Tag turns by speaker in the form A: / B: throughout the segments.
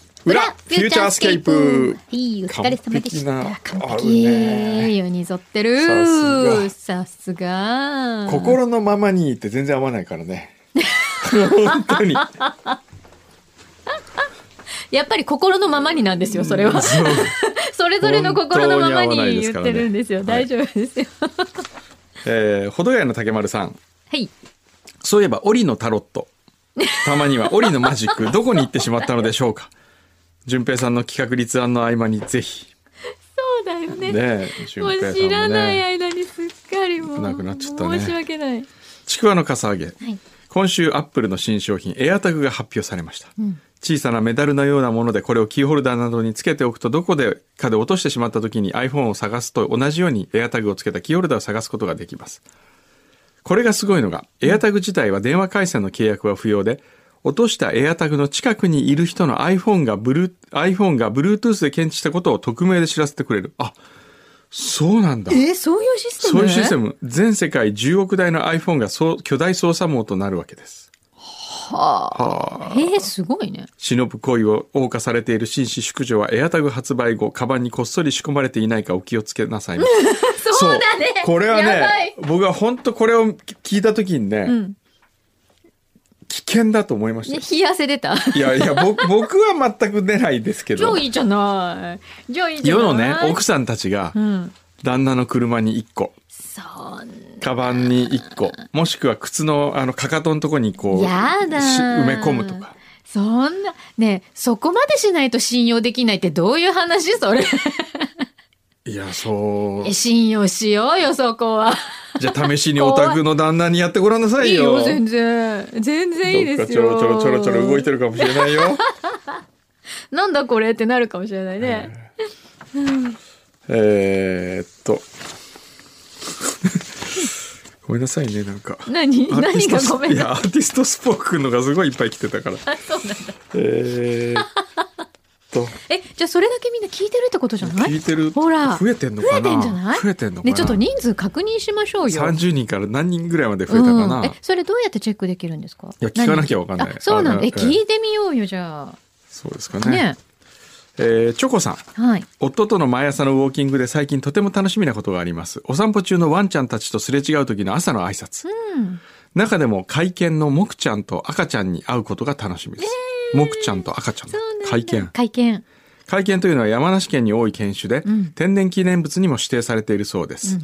A: ューチャースケープ
B: いいお疲れ様でした
A: 完
B: 完
A: 璧な
B: 璧
A: あるね
B: よにぞってるさすが
A: 心のままにって全然合わないから ね本当に
B: やっぱり心のままになんですよそれは それぞれの心のままに言ってるんですよ
A: 本当に合わないで
B: 大丈夫ですよ
A: えー、ほどやの竹丸さん
B: はい
A: そういえば檻のタロットたまには檻のマジッ クどこに行ってしまったのでしょうか順平さんの企画立案の合間にぜひ
B: そうだよね
A: ね順
B: もう
A: 平
B: 知
A: さ
B: ら
A: んも
B: ない
A: ね
B: 間にすっかりもう
A: なくなっちゃったね
B: 申し訳ない
A: ちくわのかさ上げ
B: はい
A: 今週アップルの新商品エアタグが発表されました、
B: ん
A: 小さなメダルのようなものでこれをキーホルダーなどにつけておくとどこでかで落としてしまった時に iPhone を探すと同じようにエアタグをつけたキーホルダーを探すことができますこれがすごいのがエアタグ自体は電話回線の契約は不要で落としたエアタグの近くにいる人の iPhone がブル iPhone が Bluetooth で検知したことを匿名で知らせてくれるあそうなんだ
B: えーそういうシステム
A: そういうシステム全世界10億台の iPhone がそう巨大操作網となるわけです
B: は
A: はあ
B: あえーすごいね
A: 忍ぶ恋を謳歌されている紳士淑女はエアタグ発売後、カバンにこっそり仕込まれていないかお気をつけなさいね。
B: そうだね
A: そうこれは
B: やばい
A: ね、僕は本当これを聞いた時にね、
B: ん
A: 危険だと思いました
B: ね
A: よ。
B: 冷や汗出た
A: いやいや、僕 僕は全く出ないですけ
B: じゃ
A: ど
B: あ、いいじゃない。じゃあいいじゃな
A: 世
B: い。
A: のね、奥さんたちが
B: うん。
A: 旦那の車に1個、
B: そん
A: カバンに1個、もしくは靴のあのかかとのとこにこう、
B: やだ
A: し埋め込むとか。
B: そんな、ねえそこまでしないと信用できないってどういう 話それ。
A: いや、そう
B: え。信用しようよ、そこは。
A: じゃあ試しにお宅の旦那にやってごらんなさ
B: い
A: い
B: い
A: よ。
B: よ、全然。全然いいです
A: ど
B: よ。
A: っかちょろちょろちょろちょろ動いてるかもしれない よ。
B: なんだこれってなるかもしれないね。
A: えーっと。ごめんなさいね、なんか。
B: 何
A: アーティ
B: 何
A: ス
B: が
A: ト
B: ごめん
A: い
B: な
A: や、アーティストスポークンのがすごいいっぱい来てた から。
B: さい。そうなんだ。
A: えーっ と、
B: え、じゃあそれだけみんな聞いてるってことじゃない
A: 聞いてる。
B: ほら
A: 増えてんの
B: 増
A: かな
B: えてんじゃない
A: 増えてんのかな
B: ね、ちょっと人数確認しましょうよ。
A: 30人から何人ぐらいまで増えたかな、
B: うん、えそれどうやってチェックできるんですか
A: いや聞かなきゃわかんない
B: あそうなんだえ
A: あの
B: 聞いてみようよじゃ
A: そうですか
B: あ
A: ね。
B: ね
A: えーチョコさん。
B: はい
A: 夫との毎朝のウォーキングで最近とても楽しみなことがあります。お散歩中のワンちゃんたちとすれ違う時の朝の挨拶。
B: うん
A: 中でも会見のモクちゃんと赤ちゃんに会うことが楽しみです。モクちゃんと赤ちゃん
B: そ
A: だ
B: うなんだ
A: 会見。
B: 会見
A: 会見というのは山梨県に多い犬種で、
B: うん
A: 天然記念物にも指定されているそうです。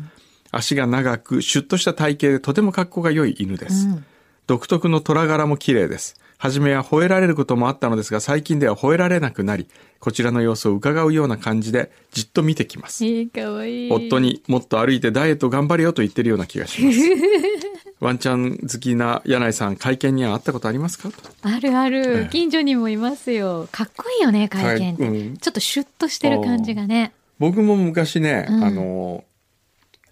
A: 足が長く、シュッとした体型でとても格好が良い犬です。
B: うん
A: 独特の虎柄も綺麗です。初めは吠えられることもあったのですが、最近では吠えられなくなり、こちらの様子を伺うような感じで、じっと見てきます。
B: えかわいい
A: 夫にもっと歩いてダイエット頑張れよと言ってるような気がし ます。ワンちゃん好きな柳井さん、会見には会ったことありますかと
B: あるあ
A: ええ
B: る近所にもいますよかっこいいよね会見って、
A: はいうん
B: ちょっとシュッとしてる感じがね
A: 僕も昔ね、
B: うん
A: あの、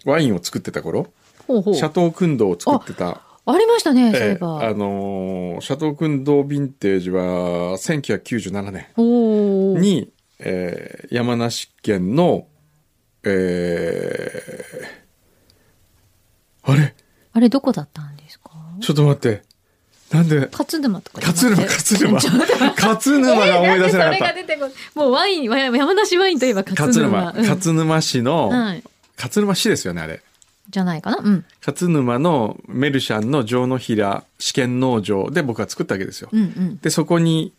A: ワインを作ってた頃、
B: ほうほう
A: シャトークンドーを作ってた。
B: ありましたねそういえ
A: ええあ
B: ば
A: のシャトークンドーヴィンテージは1997年
B: おー
A: に、えー山梨県の、えーあれ
B: あれどこだったんですか
A: ちょっと待って。なんで、
B: 勝沼とかじゃなくて
A: 勝沼、勝沼。
B: ちょっと
A: 勝沼が思い出せなかっ
B: えーな
A: た
B: んでそれが。出てこないもうワインわ山梨ワインといえば勝
A: 勝
B: 沼
A: 沼、勝沼市の、
B: うんはい、
A: 勝沼市ですよね、あれ。
B: じゃないかなうん
A: 勝沼のメルシャンの城の平試験農場で僕は作ったわけですよ。
B: うんうん
A: で、そこに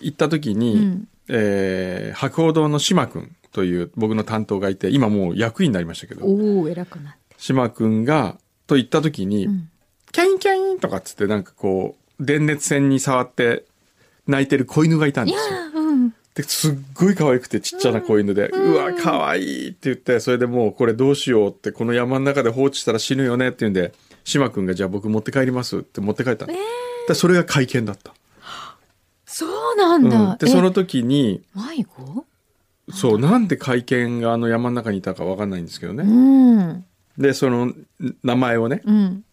A: 行った時に、
B: うん
A: えー白鴎堂の島くんという僕の担当がいて、今もう役員になりましたけど、
B: おお偉くなっ
A: 島くんが、と行った時
B: て、
A: に、
B: うん
A: キャインキャインとかっつってなんかこう、電熱線に触って泣いてる子犬がいたん
B: い
A: で
B: や
A: すよ。
B: ーうん
A: ですっごい可愛くてちっちゃな子犬で、う
B: うん
A: わ、可愛いって言って、それでもうこれどうしようって、この山の中で放置したら死ぬよねって言うんで、島くんがじゃあ僕持って帰りますって持って帰ったの。でそれが会見だった。
B: そうなんだ、
A: うん、で、
B: え
A: その時に、
B: 迷子
A: そう、なんで会見があの山の中にいたかわかんないんですけど
B: う
A: ね。
B: ん
A: で、そのん名前をね、
B: うん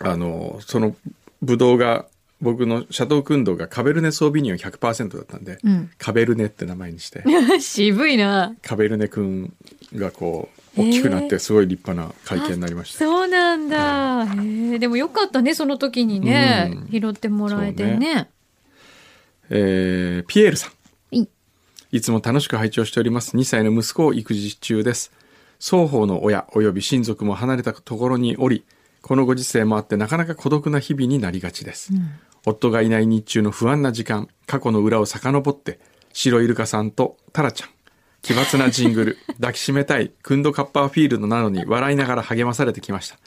A: あの、そのブドウが、僕のシャトークンドーがカベルネソービニオン100%だったんで、
B: うん
A: カベルネって名前にして、
B: 渋いな
A: カベルネくんがこう、大きくなっ
B: へ
A: てすごい立派な会見になりました。
B: そうなんだ、へえでもよかったねその時にね、
A: うん
B: 拾ってもらえてね
A: えーピエールさん。
B: い
A: いつも楽しく拝聴しております2歳の息子を育児中です双方の親及び親族も離れたところにおりこのご時世もあってなかなか孤独な日々になりがちです、夫がいない日中の不安な時間過去の裏を遡って白イルカさんとタラちゃん奇抜なジングル抱きしめたいクンドカッパーフィールドなどに笑いながら励まされてきました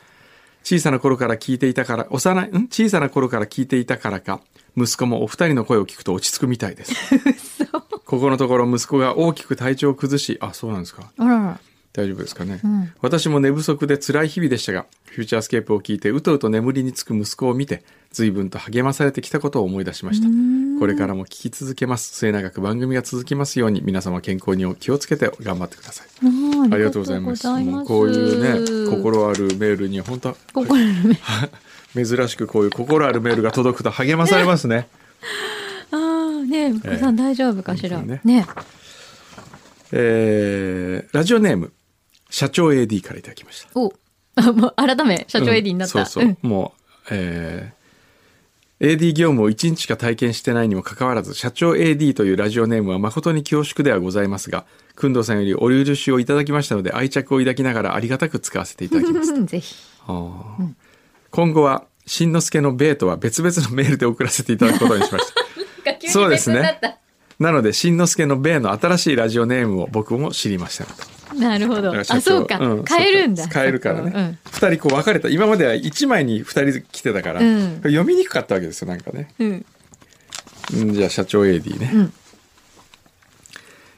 A: 小さな頃から聞いていたから幼いん小さな頃から聞いていたからか息子もお二人の声を聞くと落ち着くみたいですここのところ息子が大きく体調を崩しあそうなんですか
B: あらら。
A: 大丈夫ですかね、
B: ん
A: 私も寝不足で辛い日々でしたがフューチャースケープを聞いてうとうと眠りにつく息子を見て随分と励まされてきたことを思い出しましたこれからも聞き続けます末永く番組が続きますように皆様健康にお気をつけて頑張ってください
B: あ
A: ありがとうございますもうこういうね心あるメールに本当
B: 心の目。
A: 珍しくこういう心あるメールが届くと励まされますね
B: ああ、ねえ、息子さん大丈夫かしら。
A: 本当にね
B: ね
A: えーラジオネーム社長 AD からいただきました
B: お、あもう改め、社長エディになった。
A: うんそうそう、
B: ん
A: もう、えー AD 業務を1日しか体験してないにもかかわらず、社長 AD というラジオネームは誠に恐縮ではございますが、くんどうさんよりお許しをいただきましたので、愛着を抱きながらありがたく使わせていただきます。
B: うんぜひ。
A: あー今後は、しんのすけの米とは別々のメールで送らせていただくことにしました。そうですね
B: 急に別になっ
A: なので、しんのすけの米の新しいラジオネームを僕も知りましたので。
B: たなるほど。
A: だから
B: あ、
A: 社長
B: そうか
A: うん。
B: 変えるんだ。
A: 変えるから
B: そこはうん
A: ね。二、人こう分かれた。今までは一枚に二人来てたから、
B: うん
A: 読みにくかったわけですよ、なんかね。
B: うん。
A: うんじゃあ社長 AD ね。
B: ん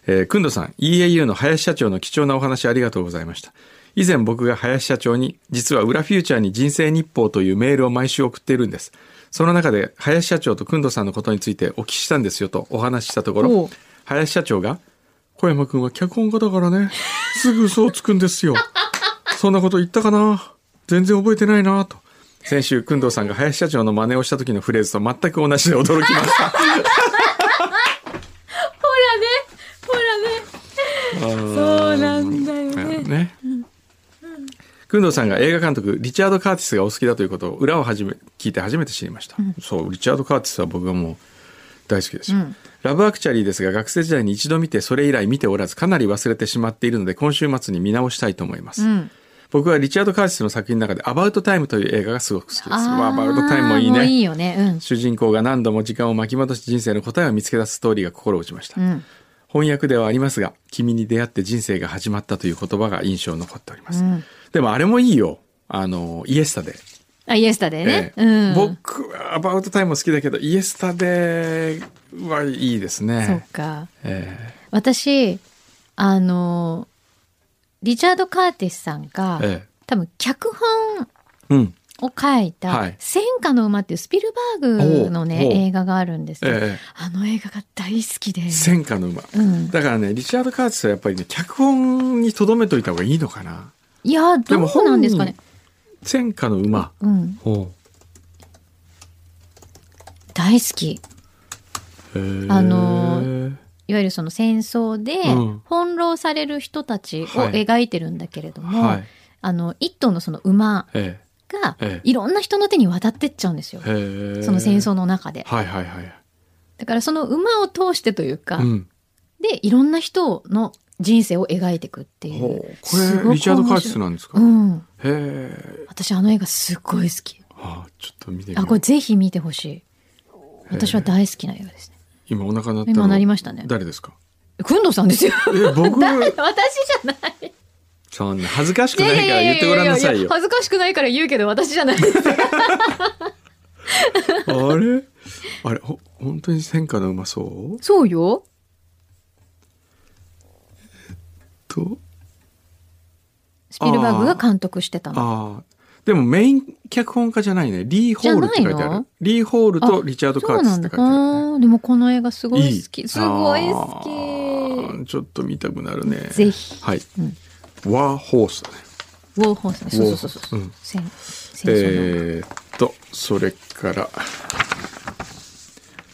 A: えー、くんどさん、EAU の林社長の貴重なお話ありがとうございました。以前僕が林社長に、実は裏フューチャーに人生日報というメールを毎週送っているんです。その中で林社長とくんどさんのことについてお聞きしたんですよとお話ししたとこ
B: お
A: ろ
B: う、
A: 林社長が、小山くんは脚本家だからね、 すぐ嘘をつくんですよ。そんなこと言ったかな全然覚えてないなと。先週、くんどうさんが林社長の真似をした時のフレーズと全く同じで驚きました。
B: ほらね。ほらね。そうなんだよね。
A: ね。くんどうさんが映画監督リチャード・カーティスがお好きだということを裏をはじめ聞いて初めて知りました、そうリチャード・カーティスは僕はもう大好きですよ、ラブ・アクチャリーですが学生時代に一度見てそれ以来見ておらずかなり忘れてしまっているので今週末に見直したいと思います、
B: うん。
A: 僕はリチャード・カーティスの作品の中で「アバウト・タイム」という映画がすごく好きです
B: ー
A: まあアバウト・タイムもいい
B: もう
A: ね
B: いいよね。うん。
A: 主人公が何度も時間を巻き戻し人生の答えを見つけ出すストーリーが心を打ちました、
B: うん
A: 翻訳ではありますが「君に出会って人生が始まった」という言葉が印象に残っております、
B: うん
A: でもあれもいいよあのイエスタで、
B: あ、イエスタでね。
A: ええ
B: うん。
A: 僕はアバウトタイムも好きだけどイエスタではいいです
B: そう
A: ね、
B: か。
A: え
B: 私、あの、リチャード・カーティスさんが、
A: ええ
B: 多分脚本
A: えうん
B: を書い
A: は
B: た
A: い
B: 「戦火の馬」っていうスピルバーグのね
A: おうおう
B: 映画があるんですけど、
A: ええ
B: あの映画が大好きで、
A: 戦火の馬、
B: うん、
A: だからねリチャード・カーティスはやっぱりね脚本にとどめといた方がいいのかない
B: や
A: で
B: ど
A: も
B: うなんですかね、
A: 戦火の馬、
B: うん、
A: ほ
B: 大好き
A: うへえ
B: あのいわゆるその戦争で
A: うん
B: 翻弄される人たちを
A: はい
B: 描いてるんだけれども、
A: はい
B: あの一頭のその馬
A: え
B: が
A: ええ
B: いろんな人の手に渡ってっちゃうんですよ、
A: えへえ
B: その戦争の中で。
A: はいはいはい
B: だからその馬を通してというか、
A: うん
B: でいろんな人の人生を描いていくってい
A: ほう
B: う。
A: こ
B: すごく
A: れリチャード・カーティス
B: 面
A: なんですか、
B: 白い
A: へ
B: うん
A: え
B: 私あの映画すっごい好き。
A: ああちょっと見てみよ
B: あ、
A: う
B: これぜひ見てほしい。私は大好きな映画ですね。
A: 今お腹鳴ったの
B: 今なりましたね。
A: 誰ですか
B: くんどうさんですよ。
A: え僕
B: 誰私じゃない。
A: そんな恥ずかしくないから言ってごらんなさいよ
B: 恥ずかしくないから言うけど私じゃない。
A: あれあれほ本当に戦火のうまそう
B: そうよ。
A: と
B: スピルバーグが監督してたの。
A: ああでもメイン脚本家じゃないねリー・ホールって書いて
B: じゃ
A: あ
B: ない
A: る
B: の
A: リー・ホールとリチャード・カー
B: そう
A: ティ
B: な
A: スっ
B: ん
A: て書
B: だ
A: い。てある、ね、
B: あーでもこの映画すごい好
A: い
B: き。すごい好
A: あー
B: き。
A: ちょっと見たくなるね
B: ぜひ
A: はい、
B: うん
A: ワーホースだね
B: ウォーホースね。そうそうそうそう
A: ウォーホースうん。
B: 戦戦争の。
A: えーっと、それから、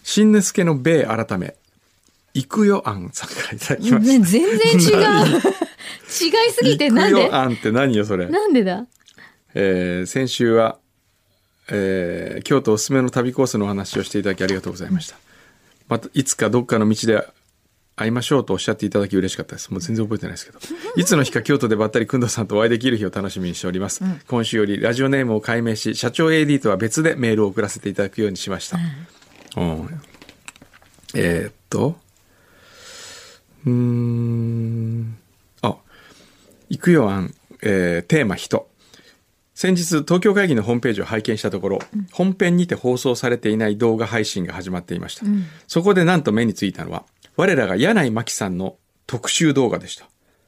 A: 新之助の米改め、行くよ案さんからいただきまし
B: 全
A: た。
B: 然違う。違いすぎてなん
A: 行
B: で
A: くよ案って何よ、それ。
B: なんでだ
A: えー先週は、えー京都おすすめの旅コースのお話をしていただきありがとうございました。また、いつかどっかの道で会いましょうとおっしゃっていただき嬉しかったです。もう全然覚えてないですけ ど。いつの日か京都でばったりくんどさんとお会いできる日を楽しみにしております。今週よりラジオネームを改名し、社長 AD とは別でメールを送らせていただくようにしました。うんえーっと、うーん、あ、行くよ案、えーテーマ人。先日、東京会議のホームページを拝見したところ、本編にて放送されていない動画配信が始まっていました。そこでなんと目についたのは、我らが柳井真紀さんの特集動画でした。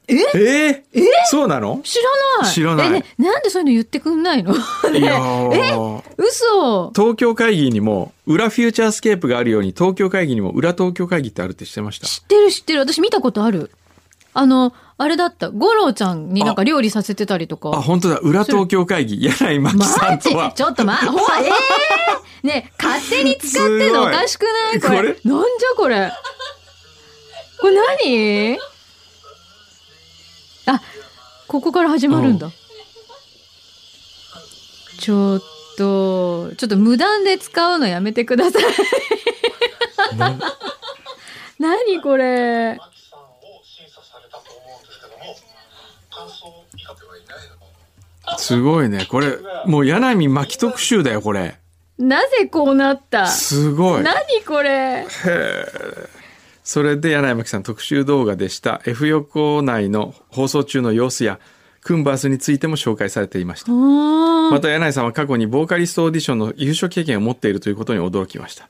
B: え
A: えーそうなの
B: 知らない。
A: 知らない
B: えねなんでそういうの言ってくんないの
A: いやー
B: 嘘。
A: 東京会議にも裏フューチャースケープがあるように東京会議にも裏東京会議ってあるって知ってました
B: 知ってる知ってる。私見たことある。あの、あれだった。五郎ちゃんになんか料理させてたりと
A: あ、
B: か。
A: 本当だ。裏東京会議、柳井真紀さ
B: マ
A: ん
B: ジ
A: とは。
B: ちょっと ま、ほら、ええねえ勝手に使ってんのおかしくないこれ。
A: すごい
B: なんじゃこれ。これ何あ、ここから始まるんだ。ちょっと、ちょっと無断で使うのやめてください。何これ。
C: マキさんを審査されたと思うんですけども、感想以下ではいないのか
A: すごいね。これ、もう柳井真紀特集だよ、これ。
B: なぜこうなった
A: すごい。
B: 何これ
A: それで柳井真紀さん特集動画でした。F 横内の放送中の様子や、クンバースについても紹介されていました。
B: あ
A: また柳井さんは過去にボーカリストオーディションの優勝経験を持っているということに驚きました。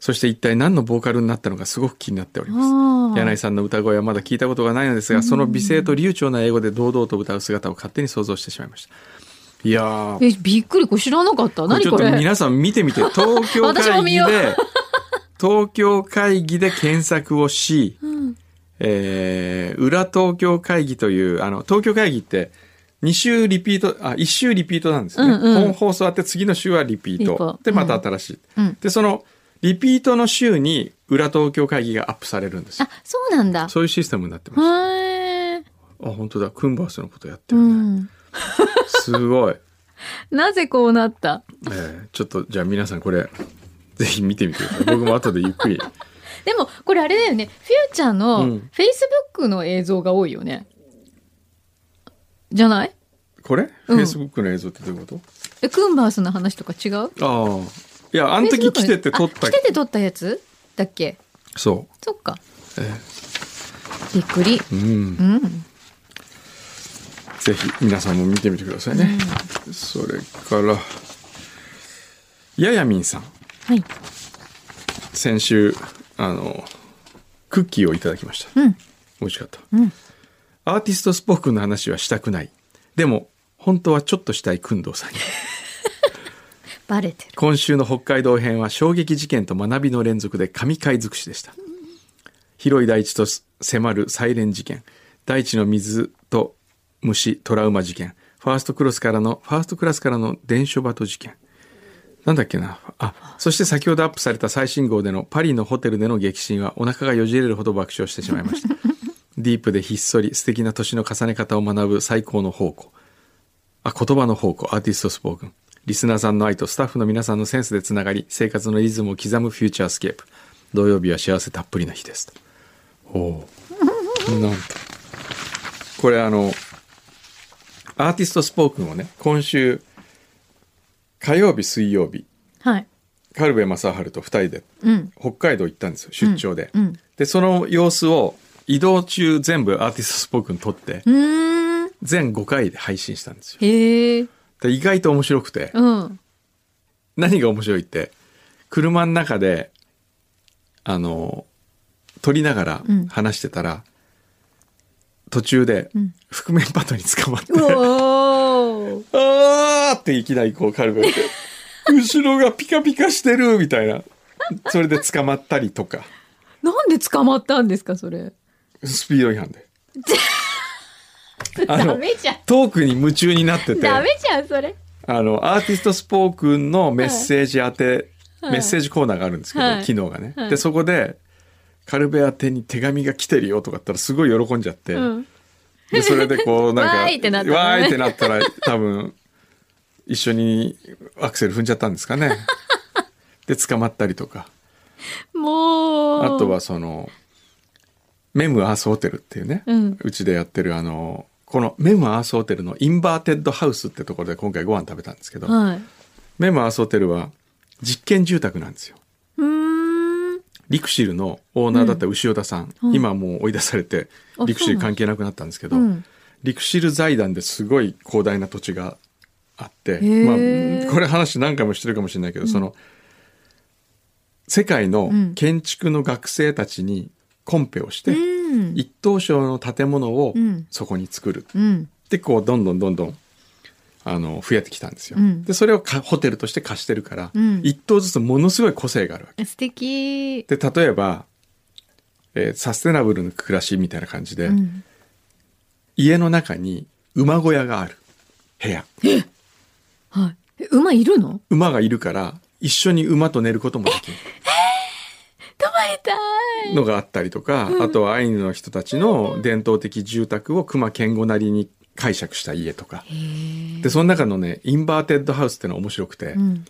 A: そして一体何のボーカルになったのかすごく気になっております。
B: ー
A: 柳井さんの歌声はまだ聞いたことがないのですが、その美声と流暢な英語で堂々と歌う姿を勝手に想像してしまいました。いやー、
B: えびっくりこれ知らなかった何
A: ちょ
B: こ
A: っと
B: れ
A: 皆さん見て みて、東京
B: 私
A: 会
B: も見
A: 議
B: よう
A: で、東京会議で検索をし、
B: ん
A: えー、裏東京会議という、あの、東京会議って、2週リピート、あ、1週リピートなんですよね。
B: うんうん
A: 本放送あって次の週はリピート。
B: リポ
A: で、また新しい。
B: うん
A: で、その、リピートの週に裏東京会議がアップされるんですよ
B: あそうなんだ
A: そういうシステムになってます。
B: へー
A: あ、本当だ。クンバースのことやって
B: う
A: るね。
B: ん
A: すごい。
B: なぜこうなった
A: えーちょっと、じゃあ皆さんこれ、ぜひ見てみてください。僕も後でゆっくり。
B: でもこれあれだよねフューチャー
A: う
B: のフ
A: ん
B: ェイスブックの映像が多いよねじゃない
A: これ、
B: うん
A: ?Facebook の映像ってどういうこ
B: えクンバースの話とか違う
A: とああ。いや、あの時
B: Facebook
A: 来てて撮っ
B: あ
A: た
B: 来てて撮ったやつだっけ
A: そ
B: そっか
A: う。え
B: びっくり
A: ーうん
B: う。ん
A: ぜひ皆さんも見てみてくださいね。それから、ややみんさん。
B: はい
A: 先週、あの、クッキーをいただきました。
B: うん
A: 美味しかった。
B: うん
A: アーティストスポークンの話はしたくない。でも、本当はちょっとしたい工藤さんに。
B: バレてる
A: 今週の北海道編は衝撃事件と学びの連続で神回尽くしでした。広い大地と迫るサイレン事件、大地の水と虫、トラウマ事件、ファーストクロスからの、ファーストクラスからの伝書バト事件。なんだっけな。あ、そして先ほどアップされた最新号でのパリのホテルでの激震はお腹がよじれるほど爆笑してしまいました。ディープでひっそり素敵な年の重ね方を学ぶ最高の宝庫。あ、言葉の宝庫、アーティストスポークン。リスナーさんの愛とスタッフの皆さんのセンスでつながり、生活のリズムを刻むフューチャースケープ。土曜日は幸せたっぷりな日です。おおう。なんと。これあの、アーティストスポークンをね、今週、火曜日、水曜日、
B: はい
A: 軽部正治と二人で
B: うん
A: 北海道行ったんですよ、出張で。
B: うんうん
A: で、その様子を移動中全部アーティストスポークン撮って、
B: うーん
A: 全5回で配信したんですよ。
B: へえ
A: で意外と面白くて、
B: うん
A: 何が面白いって車の中であの撮りながら
B: うん
A: 話してたら、途中で
B: ん
A: 覆面パトに捕まって
B: うおー
A: 「あー!」っていきなりこうカルベって 「後ろがピカピカしてる!」みたいなそれで捕まったりとか
B: なんで捕まったんですかそれ
A: スピード違反であ
B: ダ
A: の
B: メじゃん
A: トークに夢中になってて
B: ダメ
A: あ
B: じゃんそれ
A: のアーティストスポークンのメッセージ宛て、
B: はい
A: メッセージコーナーがあるんですけど、
B: はい
A: 機能がね、
B: はい
A: でそこでカルベ宛てに手紙が来てるよとか言ったらすごい喜んじゃって、
B: うん
A: でそれでこう なんか
B: わーいってなったのね
A: わーいってなったら多分一緒にアクセル踏んじゃったんです かねで捕まったりとか
B: もう
A: あとはそのメムアースホテルっていうね、
B: うん
A: うちでやってるあのこのメムアースホテルのインバーテッドハウスってところで今回ご飯食べたんですけど、
B: はい。
A: メムアースホテルは実験住宅なんですよ
B: うーん。
A: リクシルのオーナーだった牛尾田さん、
B: うん
A: 今はもう追い出されて
B: あ
A: リクシル
B: そうなん
A: 関係なくなったんですけど、
B: うん
A: リクシル財団ですごい広大な土地があって、
B: へー
A: まあ、これ話何回もしてるかもしれないけど、その世界の
B: うん
A: 建築の学生たちにコンペをして、
B: うん。
A: 一等賞の建物を
B: うん
A: そこに作る
B: うん。
A: でこうどんどんどんどんあの増えてきたんですよ、
B: うん
A: でそれをかホテルとして貸してるから、
B: うん
A: 一棟ずつものすごい個性があるわけ
B: 素敵。
A: で例えば、えーサステナブルの暮らしみたいな感じで、
B: うん。
A: 家の中に馬小屋がある部屋
B: はい。え馬いるの
A: 馬がいるから一緒に馬と寝ることもでき
B: 泊まりた
A: るのがあったりとか、あとはアイヌの人たちの伝統的住宅を熊健吾なりに解釈した家とか
B: い。
A: でその中のねインバーテッドハウスってのは面白くて、
B: うん。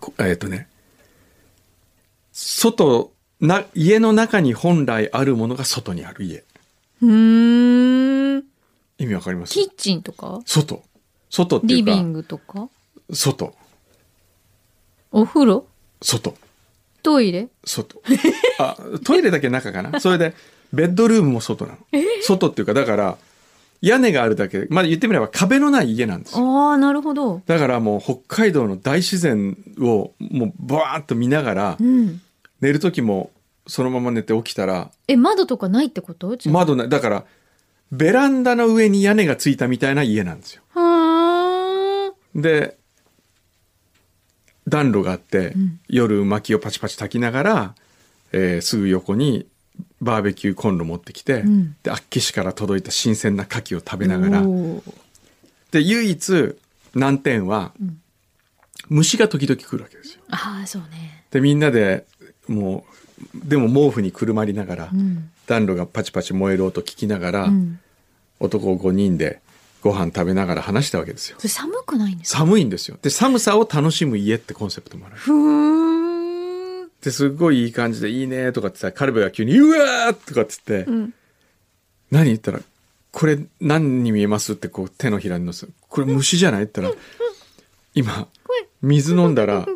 A: こえっ、とね、外、な、家の中に本来あるものが外にある家。
B: うーん。
A: 意味わかります
B: キッチンとか
A: 外。外ってい
B: リ
A: うか、
B: ビングとか
A: 外。
B: お風呂
A: 外。
B: トイレ
A: 外。あ、トイレだけ中か なそれで、ベッドルームも外なの。外っていうか、だから、屋根があるだけで、まあ言ってみれば壁のない家なんですよ。
B: ああ、なるほど。
A: だからもう北海道の大自然をもうバーッと見ながら
B: う、ん。
A: 寝る時もそのまま寝て起きたら、
B: え、窓とかないってことじゃあ
A: 窓ないだからベランダの上に屋根がついたみたいな家なんですよ
B: はあ。
A: で暖炉があって、
B: ん
A: 夜薪をパチパチ炊きながら、えーすぐ横にバーベキューコンロ持ってきて、
B: うん
A: で厚岸から届いた新鮮な牡蠣を食べながら
B: おー
A: で唯一難点は、
B: ん
A: 虫が時々来るわけですよ
B: ああ、そうね。
A: でみんなでもうでも毛布にくるまりながら、
B: うん。
A: 暖炉がパチパチ燃える音聞きながら、
B: うん。
A: 男5人でご飯食べながら話したわけですよ
B: それ寒くないんですか
A: 寒いんですよで寒さを楽しむ家ってコンセプトもある
B: ふーん。
A: ですっごいいい感じで「いいね」とかって言ったらカルベが急に「うわー!」とかって言って「
B: うん。
A: 何?」言ったら「これ何に見えます?」ってこう手のひらにのすこれ虫じゃない?」って言ったら「今水飲んだら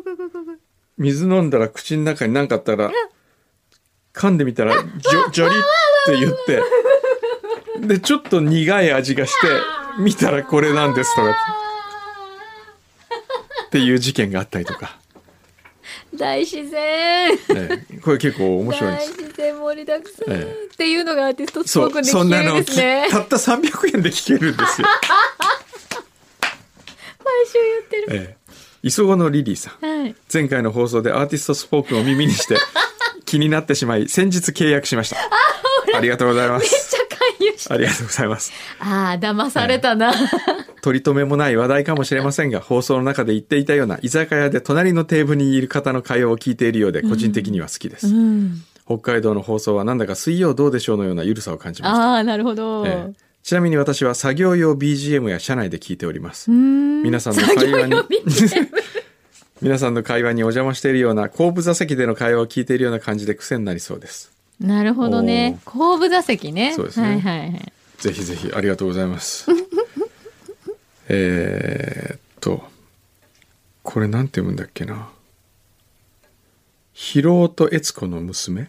A: 水飲んだら口の中に何かあったら噛んでみたらジョジョリって言ってでちょっと苦い味がして見たらこれなんですとかっていう事件があったりとか、
B: 大自然。
A: ええこれ結構面白いんで
B: 大
A: す。
B: 自然盛りだくさん、
A: ええ
B: っていうのがアーティストす
A: そ
B: ごく
A: う、
B: で
A: そ
B: き
A: ん
B: て
A: な
B: る
A: の
B: ん
A: を
B: で
A: き
B: すね。
A: たった300円で聞けるんですよ。
B: 毎週言ってる。
A: ええ、磯子のリリーさん。
B: はい。
A: 前回の放送でアーティストスポークンを耳にして 気になってしまい、先日契約しました。ありがとうございま
B: めっ
A: す。
B: ちゃ勧誘した。
A: ありがとうございます。
B: ああ、騙され たな。
A: 取り留めもない話題かもしれませんが、放送の中で言っていたような居酒屋で隣のテーブルにいる方の会話を聞いているようで、個人的には好きです。
B: うん。
A: 北海道の放送はなんだか水曜どうでしょうのような緩さを感じました。
B: ああ、なるほど。
A: ええちなみに私は作業用 BGM や車内で聞いております
B: うー。ん。
A: 皆さんの
B: 作
A: 会
B: 業
A: 話に
B: 用 BGM。
A: 皆さんの会話にお邪魔しているような後部座席での会話を聞いているような感じで癖になりそうです
B: なるほどね。後部座席ね。
A: そうですね
B: はいはいはい。
A: ぜひぜひありがとうございます えーっとこれなんて読むんだっけな「ヒロと悦子の娘」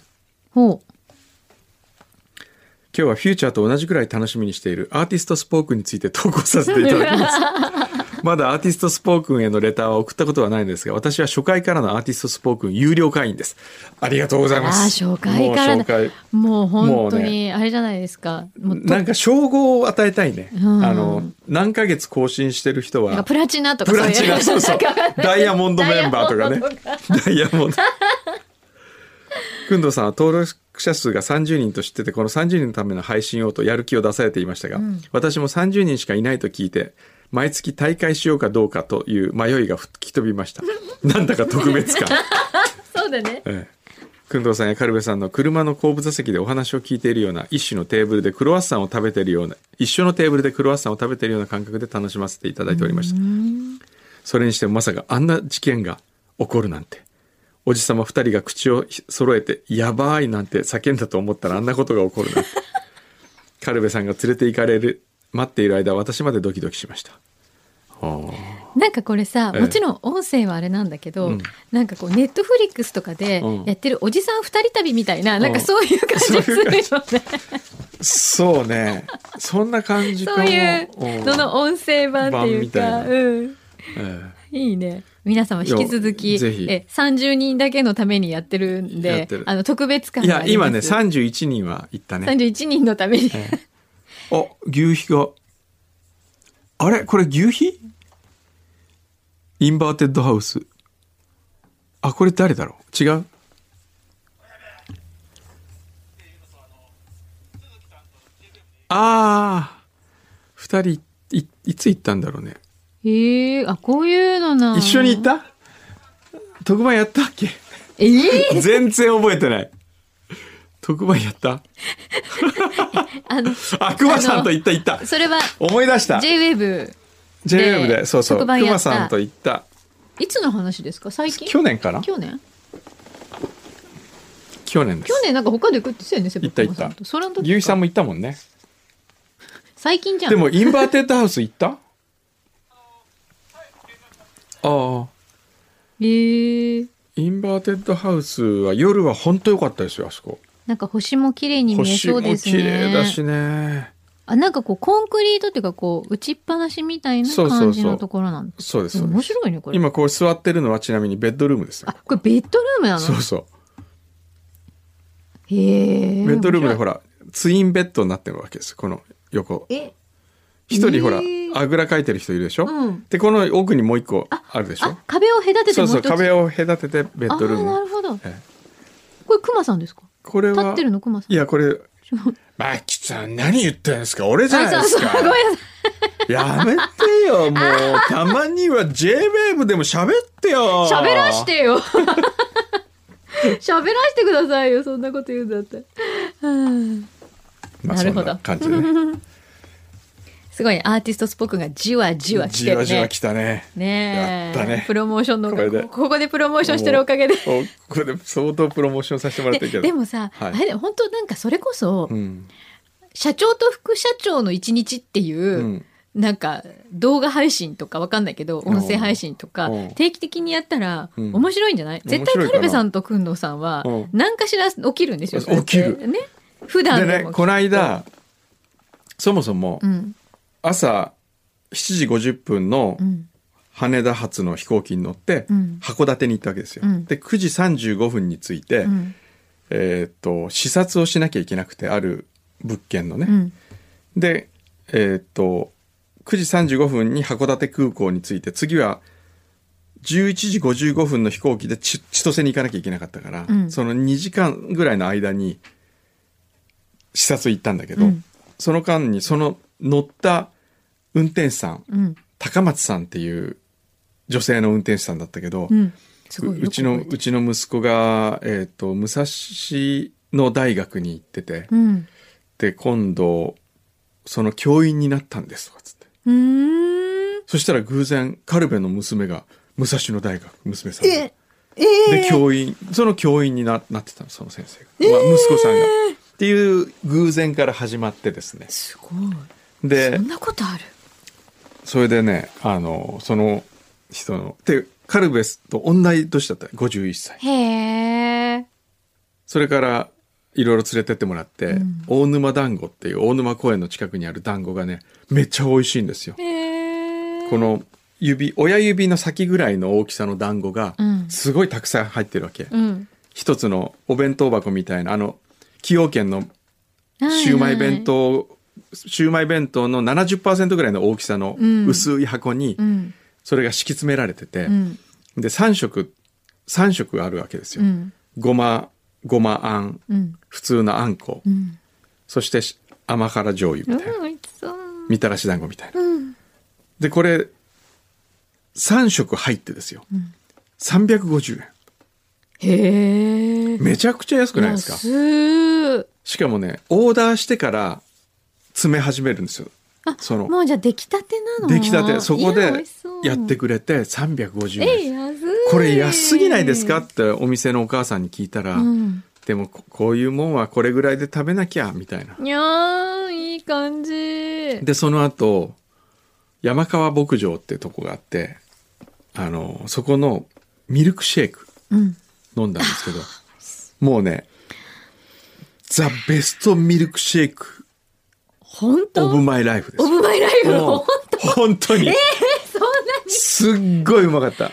B: ほう。
A: 今日はフューチャーと同じくらい楽しみにしているアーティストスポークンについて投稿させていただきますまだアーティストスポークンへのレターは送ったことはないんですが私は初回からのアーティストスポークン有料会員ですありがとうございま
B: ああ、
A: す
B: 紹介から
A: もう紹介
B: だ。 もう本当
A: もう
B: に、あれじゃないですか。もうと
A: なんか称号を与えたいね。
B: うん
A: あの、何ヶ月更新してる人
B: なんか
A: は、
B: プラチナとか
A: プラチナ、
B: そ
A: そう
B: いう
A: うそう
B: なんか、
A: ダイヤモンドメンバーとかね
B: ダイヤモンドとか。
A: ダイヤモンド。くんどうさんは登録者数が30人と知ってて、この30人のための配信をとやる気を出されていましたが、私も30人しかいないと聞いて、毎月大会しようかどうかという迷いが吹き飛びました。なんだか特別感。
B: そうだね。
A: ええ工藤さんやカルベさんの車の後部座席でお話を聞いているような一種のテーブルでクロワッサンを食べているような一緒のテーブルでクロワッサンを食べているような感覚で楽しませていただいておりましたそれにしてもまさかあんな事件が起こるなんておじさま2人が口を揃えて「やばい」なんて叫んだと思ったらあんなことが起こる なんて軽部さんが連れて行かれる待っている間私までドキドキしましたはあ
B: なんかこれさ、
A: ええ
B: もちろん音声はあれなんだけど、
A: うん
B: なんかこうネットフリックスとかで
A: うん
B: やってるおじさん二人旅みたいな、なん
A: う
B: か
A: ん
B: そういう感じするよね。
A: そうねそんな感じか
B: そ
A: も
B: ういう
A: うん
B: のの音声版って
A: 版
B: い
A: み
B: う
A: たい
B: か、
A: な
B: うん、
A: え
B: いいね。皆様引き続
A: いや
B: き
A: ぜひ
B: え30人だけのためにやってるん
A: やっ
B: で
A: てる
B: あの特別
A: え
B: 感
A: い
B: があ
A: や
B: ります
A: 今ね31人は行ったね
B: 31人のために、
A: あ牛皮があれこれ牛皮インバーテッドハウスあこれ誰だろう違うああ2人いいつ行ったんだろうね
B: へえあこういうのな
A: 一緒に行った特番やったっけ
B: ええ
A: 全然覚えてない特番やった
B: あの
A: あ熊さんと行った行った
B: それは
A: 思い出した
B: JWAVE
A: JWAVE でそうそう
B: 特番やった
A: 熊さんと行った
B: いつの話ですか最近
A: 去年かな
B: 去年
A: 去年です
B: 去年なんか他で行くって言ってたよねセブン
A: 行った行った
B: 熊さんとそれの時
A: 牛さんも行ったもんね
B: 最近じゃん
A: でもインバーテッドハウス行った ああ
B: へえ
A: インバーテッドハウスは夜は本当良かったですよあそこ
B: なんか星も綺麗に見え
A: 星
B: そう
A: も
B: ですね
A: 綺麗だしね
B: あなんかこうコンクリートっていうかこう打ちっぱなしみたいな
A: そうそうそう
B: 感じのところなんです
A: そうですそうです
B: 面白いねこれ
A: 今こう座ってるのはちなみにベッドルームですね
B: あこれベッドルームなの
A: そうそう
B: へえ
A: ベッドルームでほらツインベッドになってるわけですこの横
B: え
A: 一人ほら
B: えー
A: あぐらかいてる人いるでしょ、
B: うん
A: でこの奥にもう一個あるでしょ
B: あ壁を隔てて
A: そうそう壁
B: を
A: を隔ててベッドルー
B: あーな
A: ム
B: るほどこ
A: ええ
B: れクマさんですか
A: これは
B: 立ってるのクマさん
A: いや、こ れ、マキさん何言ってんですか俺じゃないです
B: あそうそうご
A: か
B: めんなさい
A: やめてよ、もう。たまには JWAVE でも喋ってよ。
B: 喋らし。てよ 喋らしてくださいよそんなこと言うんだったらはあ
A: まあ、
B: な
A: そ
B: る
A: ん
B: ほ
A: な
B: ど
A: 感じでね。
B: すごいねアーティストスポークがじわ じわ来
A: じ
B: てる
A: わ
B: ね
A: じわ来たね。
B: ねえ
A: やったね
B: プロモーションの
A: これで
B: こここでプロモーションしてるおかげで
A: お。これ相当プロモーションさせてもらって
B: で
A: るけど。
B: でもさ、
A: はい
B: あれだよ本当なんかそれこそ、
A: うん。
B: 社長と副社長の一日っていう、
A: うん。
B: なんか動画配信とかわかんないけど音声配信とか
A: うん
B: 定期的にやったら
A: うん
B: 面白いんじゃない、絶
A: 面白い
B: 対
A: かな
B: 軽部さんとくんのさんは
A: うん
B: 何かしら起きるんですよ。それって
A: 起きる
B: ね。普段
A: で
B: でも
A: ね、この間、そもそも
B: うん
A: 朝7時50分の
B: うん
A: 羽田発の飛行機に乗って
B: うん
A: 函館に行ったわけですよ。
B: うん
A: で、9時35分に着いて、
B: うん
A: えーっと視察をしなきゃいけなくてある物件の
B: う
A: ね、
B: ん
A: でえーっと9時35分に函館空港に着いて次は11時55分の飛行機でち千歳に行かなきゃいけなかったから、
B: うん
A: その2時間ぐらいの間に視察行ったんだけど、
B: うん
A: その間にその乗った運転手さん
B: うん
A: 高松さんっていう女性の運転手さんだったけど、
B: うんすごいよ
A: ううちの
B: ここ
A: うちの息子が、えっと武蔵野大学に行ってて、
B: うん
A: で今度その教員になったんですとかつって
B: うーん
A: そしたら偶然カルベの娘が武蔵野大学娘さんが
B: ええ
A: で
B: ー、
A: 教員その教員にななってたのその先生が、まあ、息子さんが、っていう偶然から始まってですね
B: すごい
A: で
B: そんなことある
A: それでねあのその人のでカルベスと同い年だった51歳
B: へえ
A: それからいろいろ連れてってもらって、
B: うん
A: 大沼団子っていう大沼公園の近くにある団子がねめっちゃ美味しいんですよ。
B: へえ
A: この指親指の先ぐらいの大きさの団子が
B: うん
A: すごいたくさん入ってるわけ、
B: うん
A: 一つのお弁当箱みたいなあの崎陽軒のシウマイ弁
B: は
A: 当、シウマイ弁当の70%ぐらいの大きさの
B: うん
A: 薄い箱に
B: いはいうん
A: それが敷き詰められてて、
B: うん
A: で3色3色あるわけです
B: う
A: よ、
B: ん
A: ごまごまあん
B: うん
A: 普通のあんこ、
B: うん
A: そしてし甘辛醤油み
B: うん
A: たいな、
B: 美味しそう
A: みたらし団子みたいな
B: うん
A: でこれ3食入ってですよ、
B: ん
A: 350円
B: へえ
A: めちゃくちゃ安くないですか
B: 安い
A: しかもねオーダーしてから詰め始めるんですよ
B: あ
A: その
B: もうじゃあ出来たてなの
A: 出来たてそこ
B: いや美
A: で
B: 味しそう
A: やってくれて350円、
B: えい安い
A: これ安すぎないですかってお店のお母さんに聞いたら、
B: うん
A: でもここういうもんはこれぐらいで食べなきゃみたいない
B: やーいい感じ
A: でその後山川牧場ってとこがあってあのそこのミルクシェイク
B: うん
A: 飲んだんです けどもうねザ・ベストミルクシェイク
B: 本当
A: オブマイライフです
B: オブマイライフ
A: もう
B: の
A: 本当に
B: そんなに
A: すっごいうまかった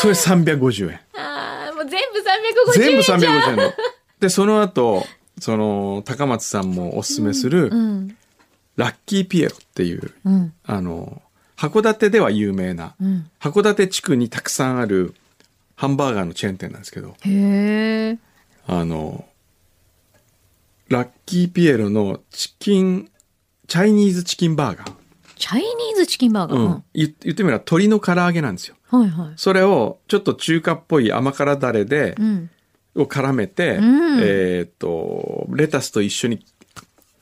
A: それ350円
B: あーもう全部350
A: 全
B: 円
A: 部
B: じゃん
A: 350円のでその後その高松さんもおすすめする
B: うん
A: ラッキーピエロっていう
B: うん
A: あの函館では有名な
B: うん
A: 函館地区にたくさんあるハンバーガーのチェーン店なんですけど
B: へえ
A: あのラッキーピエロのチキンチャイニーズチキンバーガー、
B: チャイニーズチキンバーガー、
A: う
B: うん
A: ん、言言ってみれば鶏の唐揚げなんですよ
B: はいはい
A: それをちょっと中華っぽい甘辛だれで、
B: うん
A: を絡めて、
B: うん
A: えーっとレタスと一緒に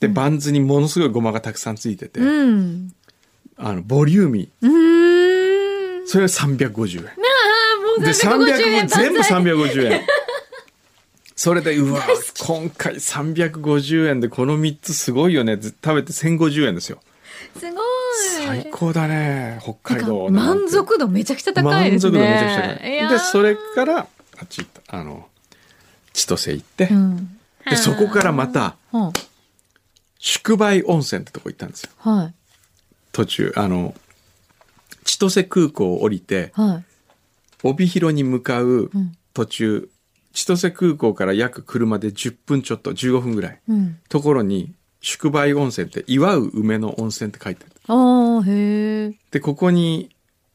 A: でバンズにものすごいごまがたくさんついてて、
B: うん
A: あのボリューミ
B: うーん
A: ーそれは350円
B: あーもう
A: で
B: 350
A: 300も
B: 円
A: 全部
B: 万歳
A: 350円 それでうわ今回350円でこの3つすごいよねず食べて1050円ですよ
B: すごい
A: 最高だね北海道
B: なんか満足度めちゃくちゃ高いで
A: 満
B: す
A: 足度
B: ね
A: めちゃくちゃ高い
B: やー
A: でそれからあっち行ったあの千歳行って、
B: うん
A: でそこからまた
B: は
A: 宿梅温泉ってとこ行ったんですよ
B: いはい
A: 途中あの千歳空港を降りて
B: はい
A: 帯広に向かう
B: うん
A: 途中千歳空港から約車で10分ちょっと15分ぐらい
B: うん
A: ところに宿梅温泉って祝う梅の温泉って書いてある
B: ああへえ
A: でここに、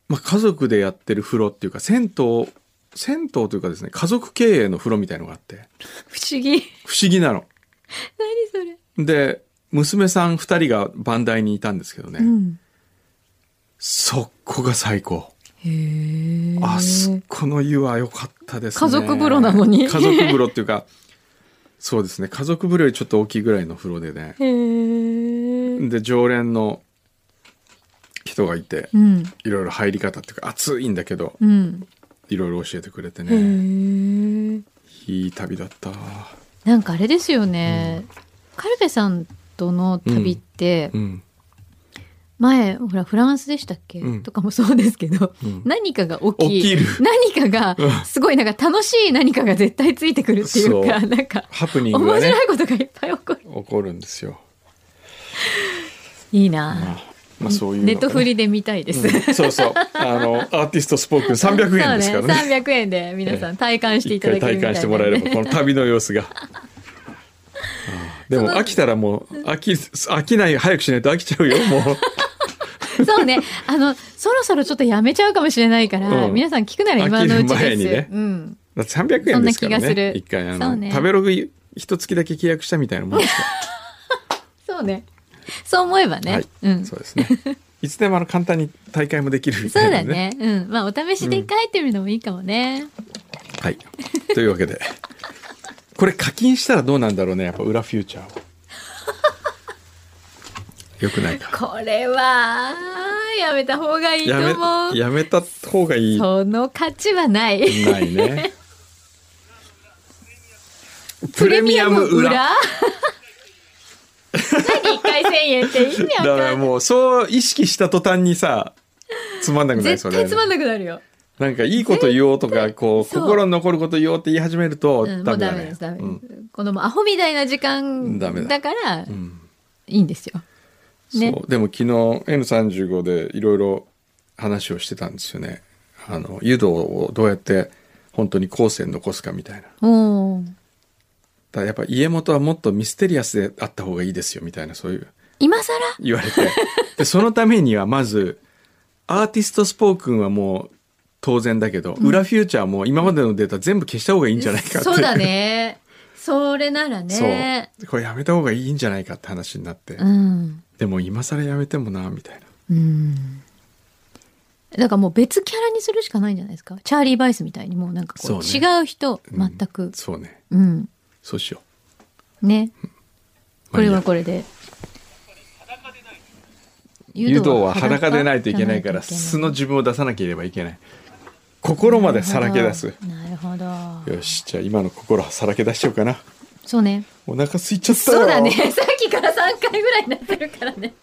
A: まあ、家族でやってる風呂っていうか銭湯銭湯というかですね家族経営の風呂みたいのがあって
B: 不思議
A: 不思議なの
B: 何それ
A: で娘さん2人が番台にいたんですけどね、
B: うん
A: そこが最高
B: へえ
A: あそこの湯は良かったですね。
B: 家族風呂なのに
A: 家族風呂っていうか、そうですね。家族風呂よりちょっと大きいぐらいの風呂でね。
B: へえ
A: で、常連の人がいて
B: う、ん
A: いろいろ入り方っていうか、暑いんだけど、
B: うん
A: いろいろ教えてくれてね。
B: へえ
A: いい旅だった。
B: なんかあれですよね、カルベさんとの旅って、
A: うん。
B: 前ほらフランスでしたっけ、
A: うん
B: とかもそうですけど、
A: うん
B: 何かが起
A: 起
B: き
A: きる
B: 何かがすごいなんか楽しい何かが絶対ついてくるっていうか
A: そ
B: なんか
A: ハプニング
B: 面
A: がね、
B: 白いことがいっぱい起こる
A: 起こるんですよ。
B: いい
A: ま
B: な、
A: あ、まあそういうのがね
B: ネットフリで見たいです、
A: うんそうそう。あの、アーティストスポークン300円ですから
B: そう
A: ね。
B: ね300円で皆さん体感してい
A: 一
B: ただ
A: 回
B: ける
A: 体感
B: みたいな
A: してもらえればこの旅の様子がああでも飽きたらもう飽き飽きない早くしないと飽きちゃうよ もう
B: そうね。あの、そろそろちょっとやめちゃうかもしれないから、
A: うん
B: 皆さん聞くなら今のうちです。
A: 飽きる前にね
B: うん。
A: だって300円ですから
B: そんな気がす
A: ね
B: る
A: 一回あ
B: そう
A: の、
B: ね
A: 食べログ一月だけ契約したみたいなもんですか
B: そうね。そう思えば
A: ら
B: ね。
A: はい、
B: うん。
A: そう ですねいつでもあの簡単に大会もできるみ
B: そ
A: た
B: う
A: いな
B: だね。うん。まあ、お試しで書いてみるのもいいかもね。
A: はいというわけでこれ課金したらどうなんだろうねやっぱ裏フューチャーを よくないか
B: これは、やめた方がいいと思
A: やめ
B: う。
A: やめた方がいい
B: その価値はない。
A: ないね。 プレミアム裏。 だ
B: 何一回千円って意味わ
A: か
B: かん
A: ら
B: ない。
A: もうそう意識した途端にさ、つまんなくなり
B: 絶
A: そうだよ
B: 対
A: ね
B: つまんなくなるよ。
A: なんかいいこと言おうとか、こう、
B: そう
A: 心に残ること言おうって言い始めると
B: うん、も
A: ダ
B: う
A: メだ
B: ダメで
A: ね
B: す、ダメ。
A: う
B: で
A: ん
B: すこのもうアホみたいな時間
A: ダメだ
B: だから、い
A: うん
B: いんですよ。ね
A: そう。でも昨日 N35 でいろいろ話をしてたんですよね。あの、湯道をどうやって本当に後世に残すかみたいな。
B: おー
A: だからやっぱ家元はもっとミステリアスであった方がいいですよみたいな、そういう。
B: 今更
A: 言われてでそのためにはまずアーティストスポークンはもう当然だけど、裏フューチャーも今までのデータ全部消した方がいいんじゃないかって
B: そうだね。それならね。
A: そうこれやめた方がいいんじゃないかって話になって、
B: うん。
A: でも今更やめてもなみたいな
B: うん。だからもう別キャラにするしかないんじゃないですか。チャーリー・バイスみたいにもうなんかこう
A: そう
B: 違う人、
A: うん
B: 全く。
A: そうね
B: うん。
A: そうしよ
B: ね。
A: う
B: これは
A: れ
B: これで。
A: 湯道は裸でないといけないから
B: じゃな
A: 素の自分を出さなければいけない心までさらけ出す。
B: なるほど。
A: よし、じゃあ今の心はさらけ出しようかな。
B: そうね。
A: お腹空いちゃったよ。
B: そうだね。さっきから3回ぐらいになってるからね。